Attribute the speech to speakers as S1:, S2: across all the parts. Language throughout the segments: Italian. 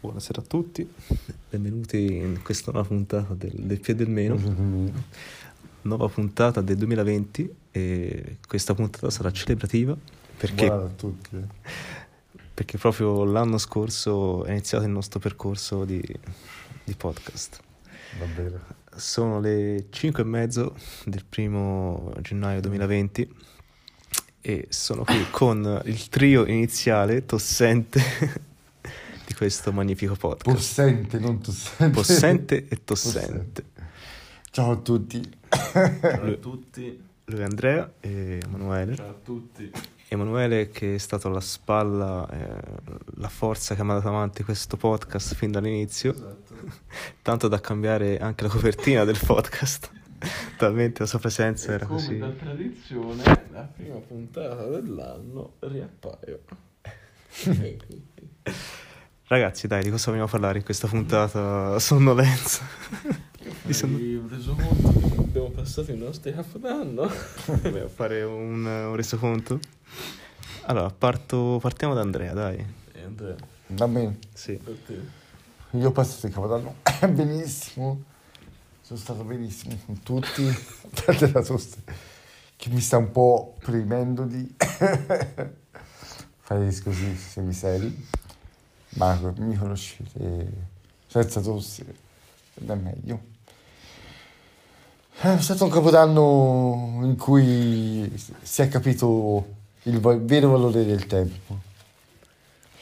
S1: Buonasera a tutti.
S2: Benvenuti in questa nuova puntata del, del Più e del Meno,
S1: Mhm.
S2: nuova puntata del 2020 e questa puntata sarà celebrativa
S1: Buonasera
S2: perché,
S1: a tutti.
S2: perché proprio l'anno scorso è iniziato il nostro percorso di, di podcast.
S1: Va bene.
S2: Sono le 5 e mezzo del primo gennaio 2020 e sono qui con il trio iniziale tossente di questo magnifico podcast.
S1: Possente, non tossente.
S2: Possente e tossente.
S1: Ciao a tutti.
S3: Ciao a tutti.
S2: Lui è Andrea e Emanuele.
S3: Ciao a tutti.
S2: Emanuele che è stato alla spalla, eh, la forza che mi ha dato avanti questo podcast fin dall'inizio,
S3: Esatto.
S2: tanto da cambiare anche la copertina del podcast, talmente la sua presenza
S3: E
S2: era
S3: come
S2: così.
S3: da tradizione, la prima puntata dell'anno riappaio.
S2: Ragazzi dai, di cosa vogliamo parlare in questa puntata sonnolenza?
S3: Mi sono reso conto che abbiamo passato i nostri capodanno.
S2: Vogliamo fare un, un resoconto? Allora, parto- partiamo da Andrea, dai.
S3: E Andrea,
S1: Va bene.
S2: Sì.
S3: per te.
S1: Io ho passato il capodanno Eh, benissimo. Sono stato benissimo con tutti. Tante la tosse che mi sta un po' premendo di fare così semi seri. Ma mi conoscete senza tosse ed è meglio. Eh, È stato un capodanno in cui si è capito il va- vero valore del tempo.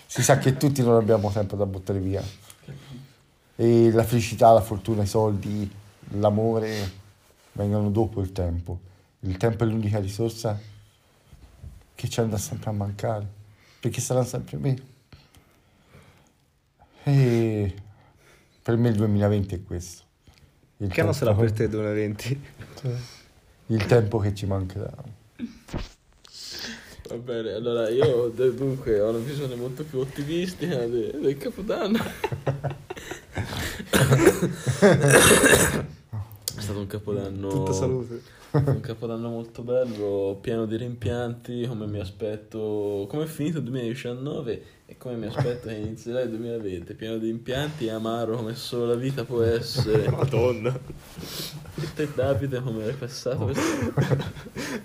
S1: Si sa che tutti non abbiamo tempo da buttare via. E la felicità, la fortuna, i soldi, l'amore vengono dopo il tempo. Il tempo è l'unica risorsa che ci andrà sempre a mancare, perché sarà sempre meno. E per me il 2020 è questo. Il
S2: Che anno
S1: tempo-
S2: sarà per te 2020?
S1: il tempo che ci mancherà.
S3: Va bene, allora io de- dunque ho una visione molto più ottimistica de- del Capodanno. È stato un capodanno.
S2: Tutta salute.
S3: Un capodanno molto bello, pieno di rimpianti, come mi aspetto, come è finito il 2019 e come mi aspetto che inizierà il 2020, pieno di rimpianti e amaro come solo la vita può essere.
S2: Madonna.
S3: E te Davide come hai passato questo?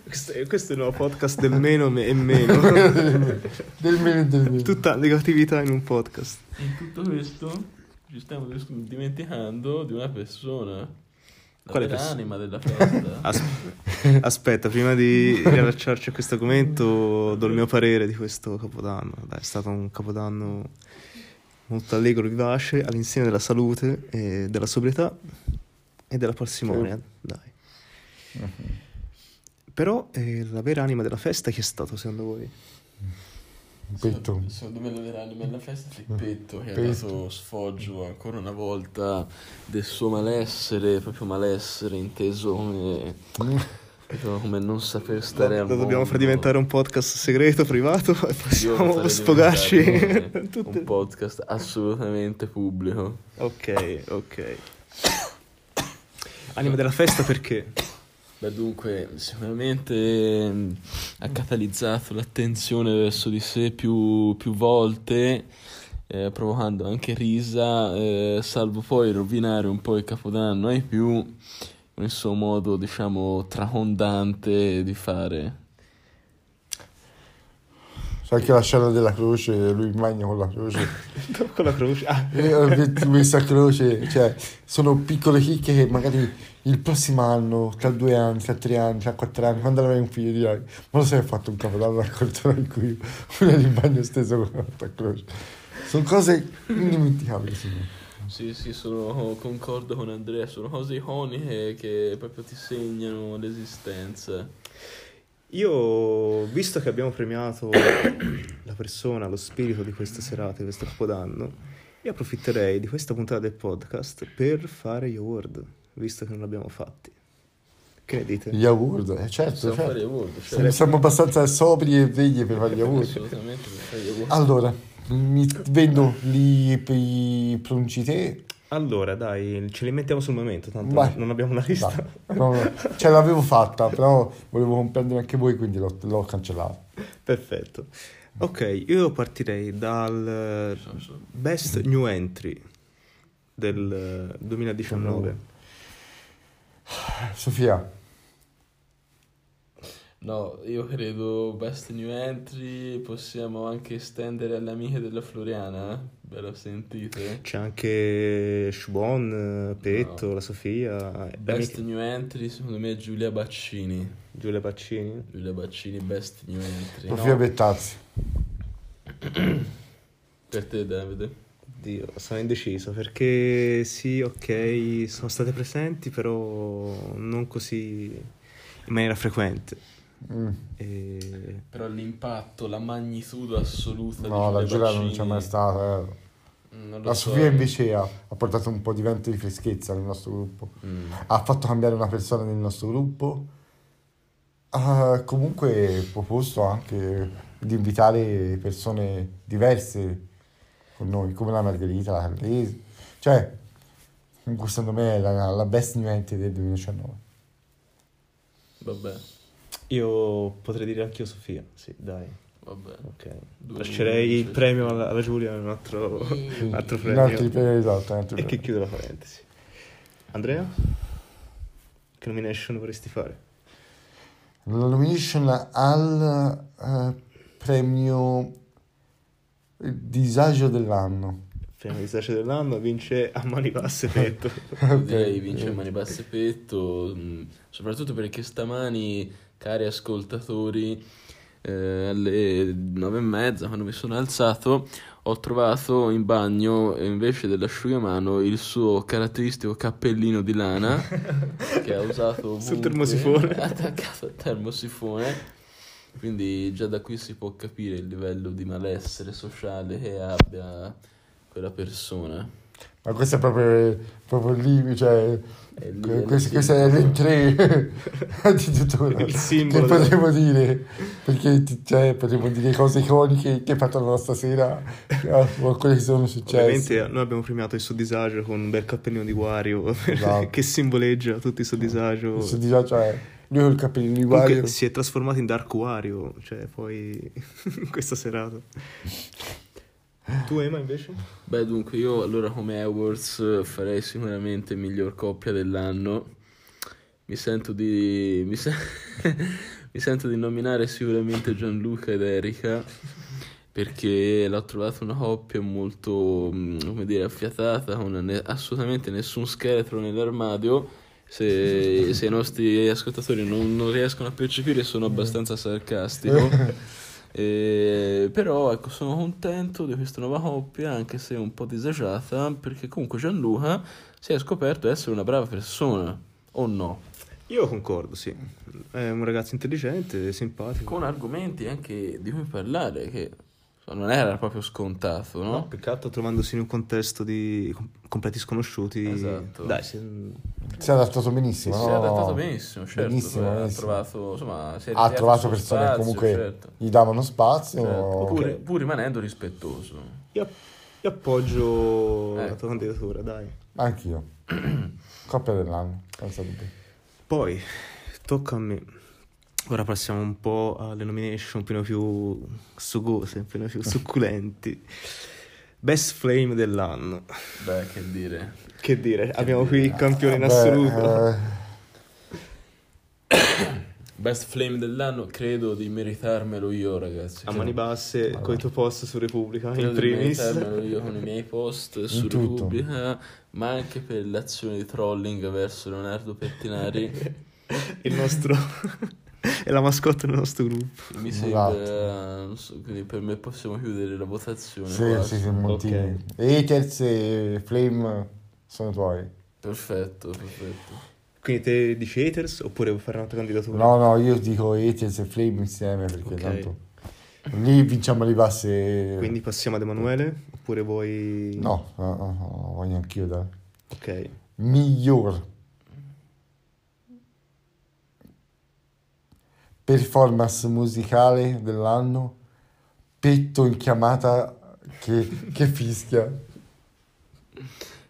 S2: Questo, è- questo è il nuovo podcast del meno me- e meno.
S1: Del meno e del meno.
S2: Tutta negatività in un podcast.
S3: In tutto questo ci stiamo dis- dimenticando di una persona, la
S2: Quale Ah,
S3: vera
S2: perso-
S3: anima della festa.
S2: As- aspetta, prima di riallacciarci a questo argomento, do il mio parere di questo capodanno. Dai, è stato un capodanno molto allegro, vivace, all'insieme della salute, e della sobrietà e della parsimonia. Dai. Però eh, la vera anima della festa chi è stato secondo voi?
S1: Petto.
S3: Secondo me la vera anima della festa è
S2: Mm.
S3: il petto che ha
S1: Petto.
S3: dato sfoggio ancora una volta del suo malessere, proprio malessere inteso come, proprio come non saper stare al
S2: Lo dobbiamo
S3: mondo.
S2: far diventare un podcast segreto, privato e
S3: Io lo
S2: possiamo
S3: farei
S2: sfogarci.
S3: diventare
S2: tutte-
S3: un podcast assolutamente pubblico.
S2: Ok, ok. Anima della festa perché?
S3: Beh, dunque, sicuramente mh, ha catalizzato l'attenzione verso di sé più, più volte, eh, provocando anche risa, eh, salvo poi rovinare un po' il capodanno ai più con il suo modo, diciamo, tracondante di fare.
S1: C'è anche la scena della croce, lui in bagno con la croce.
S2: Con la croce. Ah,
S1: E avete messo a croce, cioè, sono piccole chicche che magari il prossimo anno, tra due anni, tra tre anni, tra quattro anni, quando avrai un figlio dirai, ma lo sai, ho fatto un capodanno a cortona in cui uno è in bagno steso con l'altra croce. Sono cose indimenticabili, signore.
S3: Sì, sì, sono concordo con Andrea, sono cose iconiche che proprio ti segnano l'esistenza.
S2: Io, visto che abbiamo premiato la persona, lo spirito di questa serata, di questo capodanno, io approfitterei di questa puntata del podcast per fare gli award, visto che non l'abbiamo fatti. Che ne dite?
S1: Gli award, eh, certo,
S3: Possiamo fare
S1: certo.
S3: voto, cioè,
S1: Siamo, siamo abbastanza sobri e vegli per fare gli award. Ah.
S3: assolutamente per fare gli auguri.
S1: Allora, mi vendo lì per i pronunci te.
S2: Allora, dai, ce li mettiamo sul momento, tanto
S1: Vai.
S2: non abbiamo una lista.
S1: Dai, no, no, Cioè, ce l'avevo fatta, però volevo comprendere anche voi, quindi l'ho, l'ho cancellata.
S2: Perfetto. Ok, io partirei dal Best New Entry del eh, 2019.
S1: Sofia,
S3: No, io credo Best New Entry possiamo anche estendere alle amiche della Floriana, eh? ve lo sentite?
S2: C'è anche Shubon, Petto, la Sofia, eh,
S3: Best
S2: amiche-
S3: New Entry secondo me è Giulia Baccini.
S2: Giulia Paccini.
S3: Giulia Baccini Best New Entry.
S1: Sofia
S2: no.
S1: Bettazzi.
S3: Per te Davide.
S2: Oddio, sono indeciso perché sì, ok, sono state presenti, però non così in maniera frequente.
S1: Mm.
S2: E...
S3: Però l'impatto, la magnitudo assoluta
S1: No,
S3: di
S1: la
S3: Giulia
S1: Giulia non c'è mai
S3: Baccini,
S1: stata. eh.
S3: non lo
S1: La
S3: so. eh.
S1: Sofia invece ha, ha portato un po' di vento di freschezza nel nostro gruppo.
S3: Mm.
S1: Ha fatto cambiare una persona nel nostro gruppo. Ha comunque proposto anche di invitare persone diverse con noi, come la Margherita, la Carlese. Cioè, comunque, secondo me è la, la best new entry del 2019.
S3: Vabbè,
S2: Io potrei dire anch'io Sofia, sì, dai,
S3: vabbè.
S2: ok.
S3: Due
S2: Lascerei il
S3: minuti.
S2: premio alla, alla Giulia, un altro, un altro
S1: Un altro
S2: premio.
S1: premio, esatto, un altro
S2: E che
S1: premio.
S2: chiudo la parentesi. Andrea? Che nomination vorresti fare?
S1: La nomination al eh, premio eh, disagio dell'anno.
S2: Premio di Sace dell'anno vince a mani basse petto.
S3: Io Direi vince Mani Basse Petto, mh, soprattutto perché stamani, cari ascoltatori, eh, alle nove e mezza quando mi sono alzato ho trovato in bagno eh, invece dell'asciugamano il suo caratteristico cappellino di lana che ha usato
S2: Sul
S3: ovunque,
S2: termosifone.
S3: attaccato al termosifone. Quindi già da qui si può capire il livello di malessere sociale che abbia quella persona.
S1: Ma questo è proprio, proprio lì, cioè,
S3: È lì,
S1: que-
S3: è
S1: questo,
S3: lì.
S1: questo è l'entrée di tutto quello
S2: Il
S1: che
S2: simbolo.
S1: potremmo dire, perché ti- cioè, potremmo dire cose iconiche che hai fatto la nostra sera eh, o quelle che sono successe.
S2: Ovviamente eh, noi abbiamo premiato il suo disagio con un bel cappellino di Wario
S1: Esatto.
S2: che simboleggia tutto il suo disagio.
S1: Il suo disagio, cioè, lui col capello di
S2: Comunque
S1: Wario,
S2: si è trasformato in Dark Wario, cioè poi in questa serata. Tu Ema invece?
S3: Beh, dunque, io allora come Awards eh, farei sicuramente miglior coppia dell'anno. Mi sento di. Mi, se- mi sento di nominare sicuramente Gianluca ed Erika. Perché l'ho trovata una coppia molto, mm, come dire, affiatata, con ne- assolutamente nessun scheletro nell'armadio. Se, se i nostri ascoltatori non, non riescono a percepire, sono abbastanza sarcastico. Eh, però ecco, sono contento di questa nuova coppia, anche se un po' disagiata, perché comunque Gianluca si è scoperto essere una brava persona, o no?
S2: Io concordo, sì. È un ragazzo intelligente, simpatico.
S3: Con argomenti anche di cui parlare, che insomma, non era proprio scontato, no?
S2: No, peccato trovandosi in un contesto di com- completi sconosciuti.
S3: Esatto.
S2: Dai, mm, se-
S1: si è adattato
S3: Si,
S1: benissimo.
S3: si è
S1: no?
S3: adattato benissimo, certo,
S1: Benissimo,
S3: poi ha
S1: benissimo.
S3: trovato, insomma, si è
S1: ha
S3: ritagliato
S1: trovato
S3: il suo
S1: persone che
S3: spazio,
S1: comunque
S3: certo,
S1: gli davano spazio.
S3: certo. Pure-
S2: Ok.
S3: pur rimanendo rispettoso.
S2: io, io appoggio la
S3: Ecco.
S2: tua candidatura, dai.
S1: Anch'io. Coppia dell'anno, senza dubbio.
S2: Poi tocca a me. Ora passiamo un po' alle nomination un po' più sugose, un po' più succulenti. Best Flame dell'anno.
S3: Beh, che dire.
S2: Che dire, abbiamo qui il campione in
S1: Vabbè,
S2: assoluto.
S1: eh,
S3: Best flame dell'anno, credo di meritarmelo io, ragazzi.
S2: A mani basse, con i tuoi post su Repubblica,
S3: Credo
S2: in
S3: di
S2: primis.
S3: meritarmelo io con i miei post su
S1: tutto.
S3: Repubblica, ma anche per l'azione di trolling verso Leonardo Pettinari.
S2: Il nostro...
S3: eh.
S2: è la mascotte del nostro gruppo.
S3: Mi
S1: Esatto.
S3: sembra, non so, quindi per me possiamo chiudere la votazione.
S1: Sì,
S3: qua.
S1: sì, sì, Montini. Haters e Flame sono tuoi.
S3: Perfetto, perfetto.
S2: Quindi te dici haters oppure vuoi fare un'altra candidatura?
S1: No, no, io dico Haters e Flame insieme perché
S2: Ok.
S1: tanto lì vinciamo le basse.
S2: Quindi passiamo ad Emanuele oppure vuoi...
S1: No, no, no, no, voglio anch'io dai.
S2: Ok.
S1: Miglior performance musicale dell'anno. Petto in chiamata che, che fischia.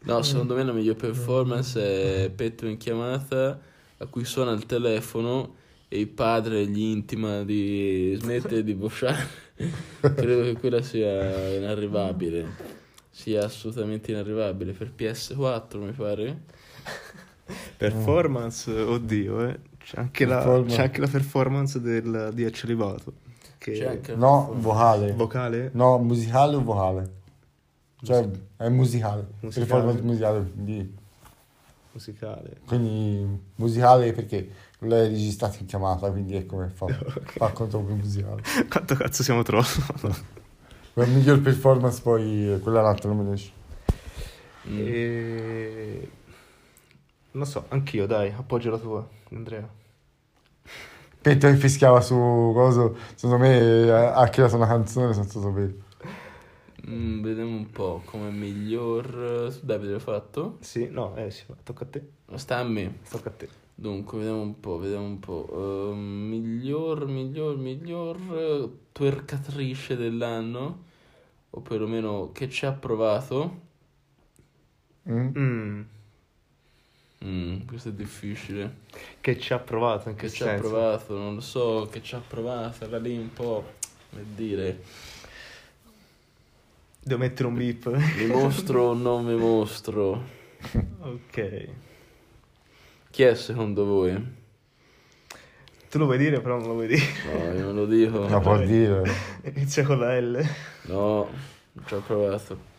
S3: No, secondo me la miglior performance è Petto in chiamata, a cui suona il telefono e il padre gli intima di smettere di bosciare, credo che quella sia inarrivabile. Sia assolutamente inarrivabile per PS4, mi pare.
S2: Performance, oddio, eh. C'è anche, la,
S1: Performance.
S2: c'è anche la performance del, di Accelivato. Che
S3: C'è anche la
S1: No, boh. vocale.
S3: performance.
S2: vocale?
S1: No, musicale o vocale? Cioè, è musicale.
S2: Musicale.
S1: Performance musicale. Quindi,
S2: Musicale.
S1: quindi musicale perché l'hai registrato in chiamata, quindi è come fa. Fa conto proprio musicale.
S2: Quanto cazzo siamo troppo?
S1: La miglior performance poi eh, quella l'altra non me ne esce.
S3: Mm.
S2: E... Non so, anch'io, dai, appoggio la tua, Andrea.
S1: Petto che fischiava su coso, secondo me eh, ha creato una canzone senza sapere.
S3: Mm, vediamo un po' come miglior. Tu Davide l'hai fatto?
S2: Sì, no, eh sì, tocca a te,
S3: Sta a me.
S2: tocca a te.
S3: Dunque, vediamo un po', vediamo un po'. Ehm, miglior, miglior, miglior eh, twercatrice dell'anno, o perlomeno che ci ha provato.
S1: Mm?
S2: Mm,
S3: Mm, questo è difficile.
S2: Che ci ha provato, in che,
S3: Che ci ha
S2: senso?
S3: provato, non lo so, che ci ha provato, era lì un po', come dire,
S2: Devo mettere un beep.
S3: mi mostro o non mi mostro?
S2: ok.
S3: Chi è secondo voi? No,
S2: Tu lo vuoi dire, però non lo vuoi dire.
S3: io non lo dico.
S1: La può dire.
S2: Inizia con la L.
S3: No, non ci ho provato.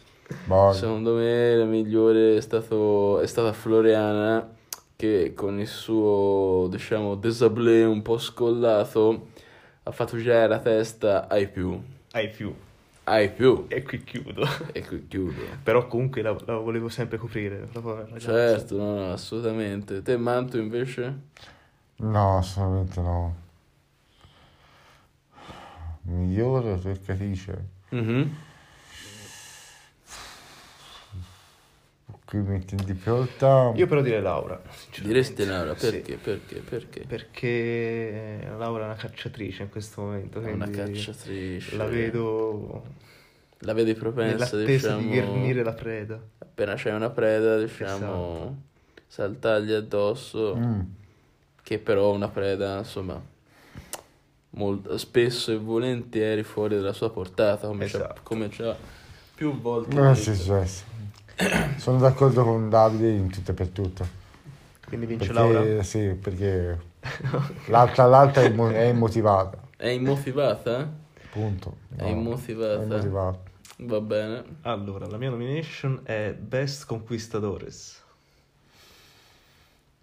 S1: Boh.
S3: Secondo me la migliore è, stato- è stata Floriana che con il suo, diciamo, desablé un po' scollato ha fatto girare la testa ai più,
S2: Hai più.
S3: ai più
S2: E qui chiudo.
S3: e qui chiudo.
S2: Però comunque la, la volevo sempre coprire. La povera ragazza.
S3: Certo, no, no, assolutamente. Te Manto invece?
S1: No, assolutamente no. Migliore cercatrice.
S3: Mhm.
S1: Qui metti in difficoltà.
S2: Io però direi Laura. sinceramente.
S3: Diresti Laura,
S2: Sì,
S3: perché? Perché? Perché?
S2: perché Laura è una cacciatrice in questo momento.
S3: È una
S2: quindi
S3: cacciatrice. eh.
S2: La vedo
S3: La vedi propensa,
S2: nell'attesa
S3: diciamo.
S2: di ghermire la Esatto. preda.
S3: Appena c'è una preda, diciamo, saltargli addosso.
S1: Mm.
S3: che però è una preda, insomma, molt- spesso e volentieri fuori dalla sua portata, come ci ha-
S2: Esatto.
S3: come ci ha più volte
S1: No,
S3: detto.
S1: Ah, sì, sì, sì. Sono d'accordo con Davide in tutto e per tutto.
S2: Quindi vince
S1: Perché,
S2: Laura.
S1: Sì, perché l'altra, l'altra è, mo- è immotivata.
S3: È immotivata?
S1: Punto. No,
S3: è immotivata.
S2: eh.
S1: è immotivata.
S3: Va bene.
S2: Allora, la mia nomination è Best Conquistadores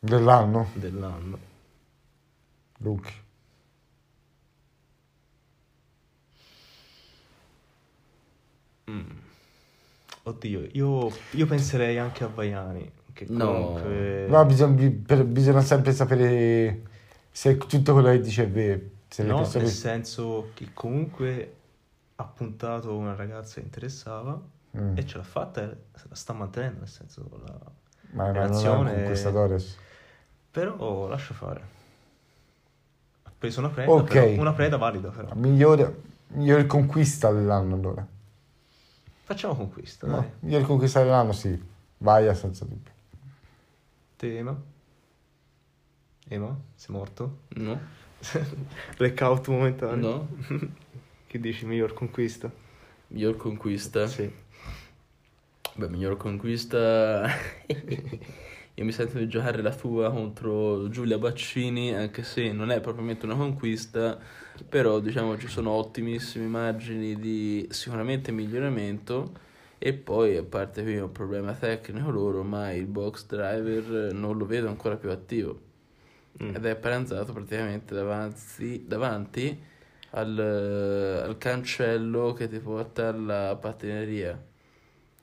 S1: Dell'anno,
S2: dell'anno.
S1: Luke.
S2: Oddio, io, io penserei anche a Vaiani. Che
S3: No.
S2: comunque...
S1: No, bisogna, bi- per- bisogna sempre sapere se tutto quello che dice è vero. Se le
S2: No,
S1: persone-
S2: nel senso che comunque ha puntato una ragazza che interessava
S1: Mm.
S2: e ce l'ha fatta e se la sta mantenendo, nel senso la...
S1: Ma, ma non è un
S2: Reazione-
S1: conquistatore.
S2: Però lascia fare. Ha preso una preda,
S1: Ok.
S2: però- una preda valida però.
S1: Migliore, miglior conquista dell'anno allora.
S2: Facciamo conquista,
S1: No,
S2: dai.
S1: miglior conquista dell'anno sì. Vaia senza dubbio.
S2: Tema. Ema, sei morto?
S3: No?
S2: Blackout momentaneo.
S3: No?
S2: Che dici, miglior conquista?
S3: Miglior conquista?
S2: Sì.
S3: Beh, miglior conquista... Io mi sento di giocare la tua contro Giulia Baccini, anche se non è propriamente una conquista, però diciamo ci sono ottimissime margini di sicuramente miglioramento e poi a parte qui è un problema tecnico loro, ma il box driver non lo vedo ancora più attivo
S2: Mm.
S3: ed è pranzato praticamente davanti, davanti al, al cancello che ti porta alla patineria.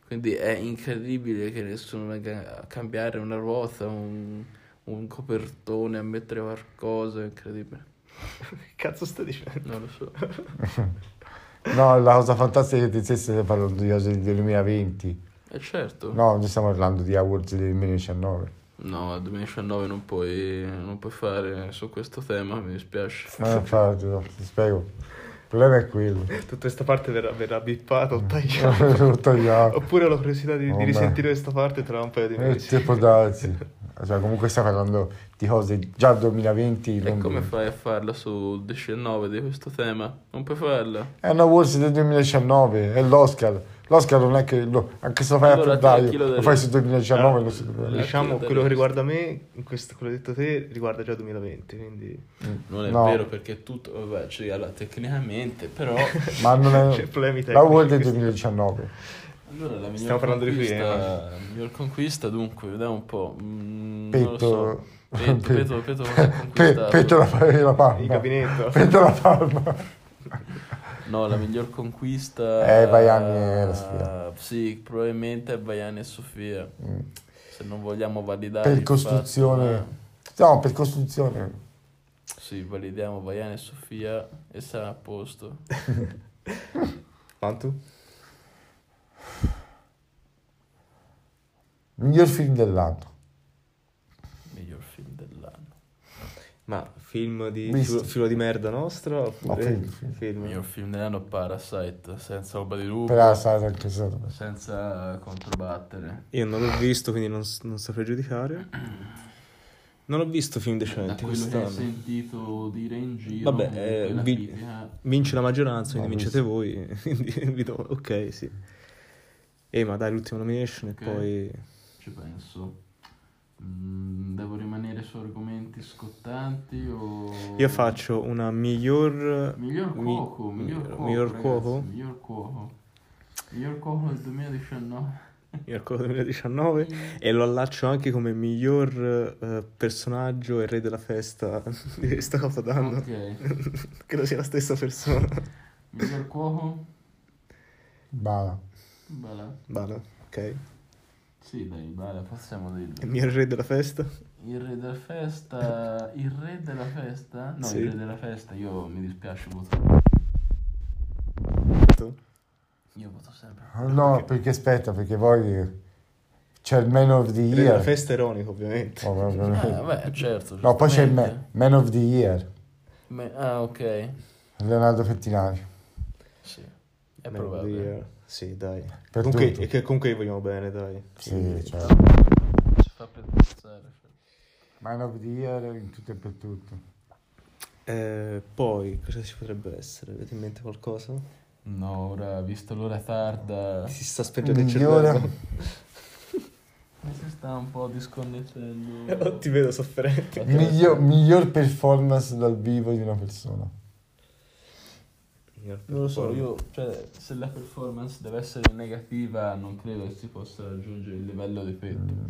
S3: Quindi è incredibile che nessuno venga a cambiare una ruota, un, un copertone, a mettere qualcosa, è incredibile.
S2: Che cazzo stai dicendo?
S3: Non lo so.
S1: No, la cosa fantastica è che ti sei stai parlando di cose del 2020.
S3: E certo.
S1: No, noi stiamo parlando di awards del 2019.
S3: No, a 2019 non puoi, non puoi fare su questo tema, mi dispiace.
S1: Ma Eh, infatti, no, ti spiego. Il problema è quello.
S2: Tutta questa parte verrà, verrà bippata o tagliata.
S1: L'ho tagliato.
S2: Oppure ho la curiosità di, di
S1: Oh, beh.
S2: risentire questa parte tra un paio di
S1: Eh,
S2: mesi.
S1: tipo darsi. Cioè, comunque stai parlando di cose già 2020.
S3: E
S1: non-
S3: come fai a farla sul 19 di questo tema? Non puoi farla.
S1: È una Awards del 2019, è l'Oscar. L'Oscar non è che lo, anche se lo fai
S3: Allora,
S1: a
S3: te, chi lo
S1: febbraio, lo
S3: deve-
S1: fai sul 2019,
S2: Ah,
S1: lo sul
S3: Eh,
S2: Diciamo
S3: quello
S2: quello
S3: del-
S2: che riguarda me, in questo- quello detto te, riguarda già 2020, quindi
S3: Non è
S1: No.
S3: vero perché tutto, vabbè, cioè, allora, tecnicamente, però...
S1: Ma non
S2: C'è
S1: è
S2: problemi tecnici.
S1: Eh, la World del
S2: questo.
S1: 2019.
S3: Allora, la miglior
S2: Stiamo parlando di qui,
S3: conquista, la miglior conquista, dunque, vediamo un po'. Mm, non lo
S1: Petto.
S3: so. Petto, Petto, Petto, cosa ha
S1: Pe-
S3: conquistato?
S1: Petto la la
S2: In
S1: palma.
S2: gabinetto.
S1: Petto la palma.
S3: No, la miglior conquista...
S1: Eh, Vaiani e la Sofia.
S3: Sì, probabilmente è Vaiani e Sofia.
S1: Mm.
S3: Se non vogliamo validare...
S1: Per
S3: il fatto,
S1: costruzione.
S3: ma-
S1: No, per costruzione.
S3: Sì, validiamo Vaiani e Sofia e sarà a posto.
S2: Quanto?
S1: Miglior film dell'anno.
S3: Miglior film dell'anno.
S2: Ma film di
S1: Visto.
S2: filo, filo di merda nostra oppure
S1: film, film.
S3: Miglior film dell'anno Parasite, senza roba di lupo,
S1: Però sarà anche stato.
S3: senza controbattere.
S2: Io non l'ho visto, quindi non, s- non saprei giudicare. Non ho visto film
S3: Da
S2: decenti
S3: quello che hai
S2: quest'anno.
S3: sentito dire in giro,
S2: Vabbè,
S3: comunque
S2: eh,
S3: la
S2: vi-
S3: critica-
S2: Vince la maggioranza,
S1: No,
S2: quindi vincete voi. Quindi vi do, ok, sì. Eh, ma dai, l'ultima nomination
S3: Ok.
S2: e poi...
S3: Ci penso. Mm, devo rimanere su argomenti scottanti o...
S2: Io faccio una miglior...
S3: Miglior
S2: mi-
S3: cuoco, miglior cuoco,
S2: miglior
S3: ragazzi,
S2: cuoco?
S3: Miglior cuoco. Miglior cuoco del 2019.
S2: Miglior Cuoco 2019 e lo allaccio anche come miglior eh, personaggio e re della festa di questo capodanno.
S3: Ah. Ok.
S2: Credo sia la stessa persona.
S3: Miglior cuoco?
S1: Bala.
S3: Bala.
S2: Bala, ok.
S3: Sì, dai, Bala, possiamo
S2: Il
S3: dirlo.
S2: mio re della festa.
S3: Il re della festa... Il re della festa? No,
S2: Sì.
S3: il re della festa, io mi dispiace, voto... Io voto sempre.
S1: No, perché aspetta, perché poi c'è il Man of the
S2: Il re della
S1: Year.
S2: festa ironico, ovviamente.
S1: Oh, vabbè.
S3: Ah, beh, certo.
S1: No, poi c'è il
S3: giustamente.
S1: Man, Man of the Year.
S3: Me- ah, ok.
S1: Leonardo Fettinari.
S3: Sì. È
S2: Meglio di,
S3: probabile.
S2: eh, Sì, dai.
S1: Per
S2: comunque,
S1: tutto.
S2: e che, comunque gli vogliamo bene, dai.
S1: Sì, cioè.
S3: certo. Ci fa per pensare. cioè.
S1: Man of the Year in tutto e per tutto.
S2: Eh, poi, cosa ci potrebbe essere? Avete in mente qualcosa?
S3: No, ora, visto l'ora tarda,
S2: Si sta spengendo il
S1: Migliora.
S2: cervello.
S3: mi si sta un po' disconnettendo.
S2: Non ti vedo sofferente.
S1: Miglior, miglior performance dal vivo di una persona.
S3: Non lo so, io, cioè, se la performance deve essere negativa, non credo che si possa raggiungere il livello di petto.
S1: Mm.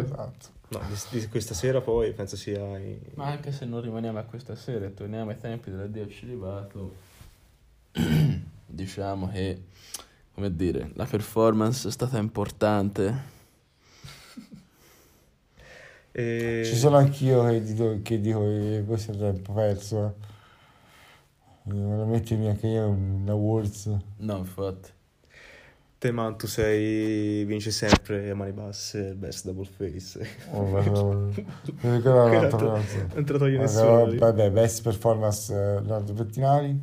S1: esatto.
S2: No, di, di questa sera poi penso sia... i-
S3: Ma anche se non rimaniamo a questa sera e torniamo ai tempi dell'addio celibato, diciamo che, come dire, la performance è stata importante.
S2: Eh,
S1: Ci sono anch'io che dico che, dico che questo è tempo perso. Eh. Veramente neanche io un awards.
S3: No, infatti.
S2: Te man, tu sei... vinci sempre a mani basse, best double face.
S1: Oh, vabbè, vabbè. Mi ricordo un'altra
S2: Quella
S1: cosa.
S2: Non te la toglie nessuno.
S1: Vabbè, vabbè, best performance eh, Leonardo Pettinari.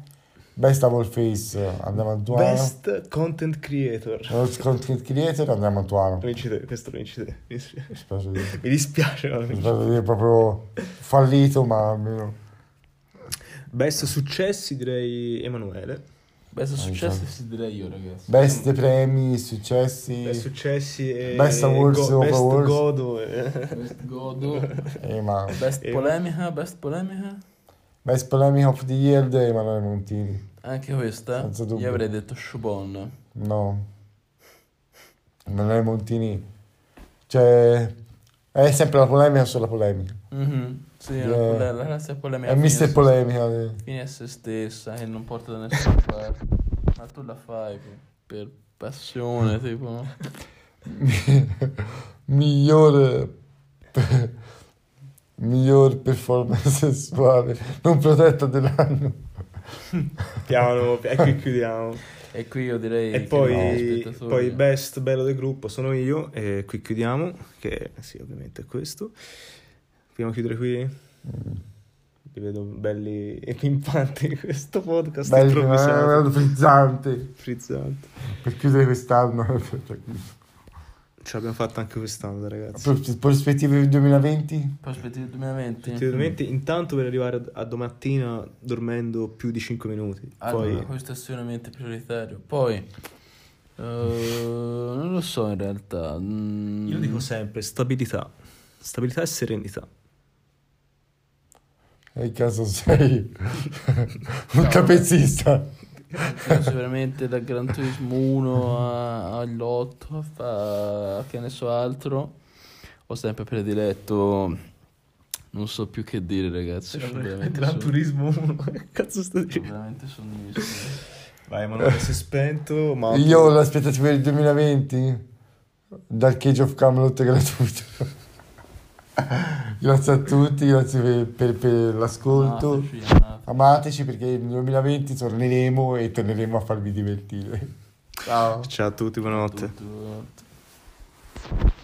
S1: Best double face eh, Andrea Mantuano.
S2: Best content creator.
S1: Best content creator Andrea Mantuano.
S2: Lo vinci te, questo lo vinci te. Mi dispiace.
S1: Spero di
S2: Mi dispiace, ma lo vinci
S1: spero di dire proprio fallito, ma almeno.
S2: Best successi direi Emanuele.
S1: Ah,
S3: Best successo
S1: già.
S3: si direi io, ragazzi.
S1: Best premi, successi.
S2: Best successi e
S1: Best awards
S2: go-
S1: of
S2: best
S1: awards.
S2: godo e-
S3: Best godo.
S1: Eh, ma
S3: Best
S2: Eh.
S3: polemica, best polemica.
S1: Best polemic of the year di Emanuele Montini.
S3: Anche questa.
S1: Senza dubbio.
S3: Ah, Io avrei detto Chubon.
S1: No, Emanuele Montini. Cioè, è sempre la polemica sulla polemica.
S3: Mhm, Sì,
S1: Eh.
S3: la, pole- la classe polemica.
S1: È
S3: fine a se-
S1: mister polemica. eh.
S3: Fine a se stessa, che non porta da nessuna parte. Ma tu la fai per, per passione, tipo. no?
S1: Miglior, miglior performance sessuale non protetta dell'anno.
S2: Piano, e qui chiudiamo.
S3: E qui io direi...
S2: E
S3: che
S2: poi,
S3: gli spettatori-
S2: poi best bello del gruppo sono io e qui chiudiamo, che sì ovviamente è questo. Vogliamo chiudere qui? Vi vedo belli e pimpanti in questo podcast
S1: Bello,
S2: improvvisato,
S1: frizzante
S2: frizzante.
S1: per chiudere quest'anno.
S2: Ce l'abbiamo fatta anche quest'anno, ragazzi.
S1: Pros- Prospettive del 2020?
S3: Prospettive 2020.
S2: Effettivamente, intanto per arrivare a- a domattina dormendo più di 5 minuti.
S3: Allora,
S2: Poi
S3: Ah, questo è sicuramente prioritario. Poi, eh, non lo so in realtà. mm,
S2: io dico sempre stabilità. Stabilità e serenità.
S1: Nel caso sei un capezzista.
S3: penso veramente da Gran Turismo 1 a- all'8 fa- a che ne so altro. Ho sempre prediletto, non so più che dire, ragazzi. sono veramente
S2: Gran
S3: son-
S2: Turismo 1. Che cazzo sto
S3: sono
S2: dicendo?
S3: veramente sonnifico.
S2: Vai, Emanuele, sei spento, ma...
S1: Io ho l'aspettativa del 2020 dal Cage of Camelot gratuito. grazie a tutti, grazie per, per- per l'ascolto.
S3: Amateci, amateci.
S1: Amateci perché nel 2020 torneremo e torneremo a farvi divertire. Ciao.
S2: Ciao a tutti, buonanotte.
S3: Tutto-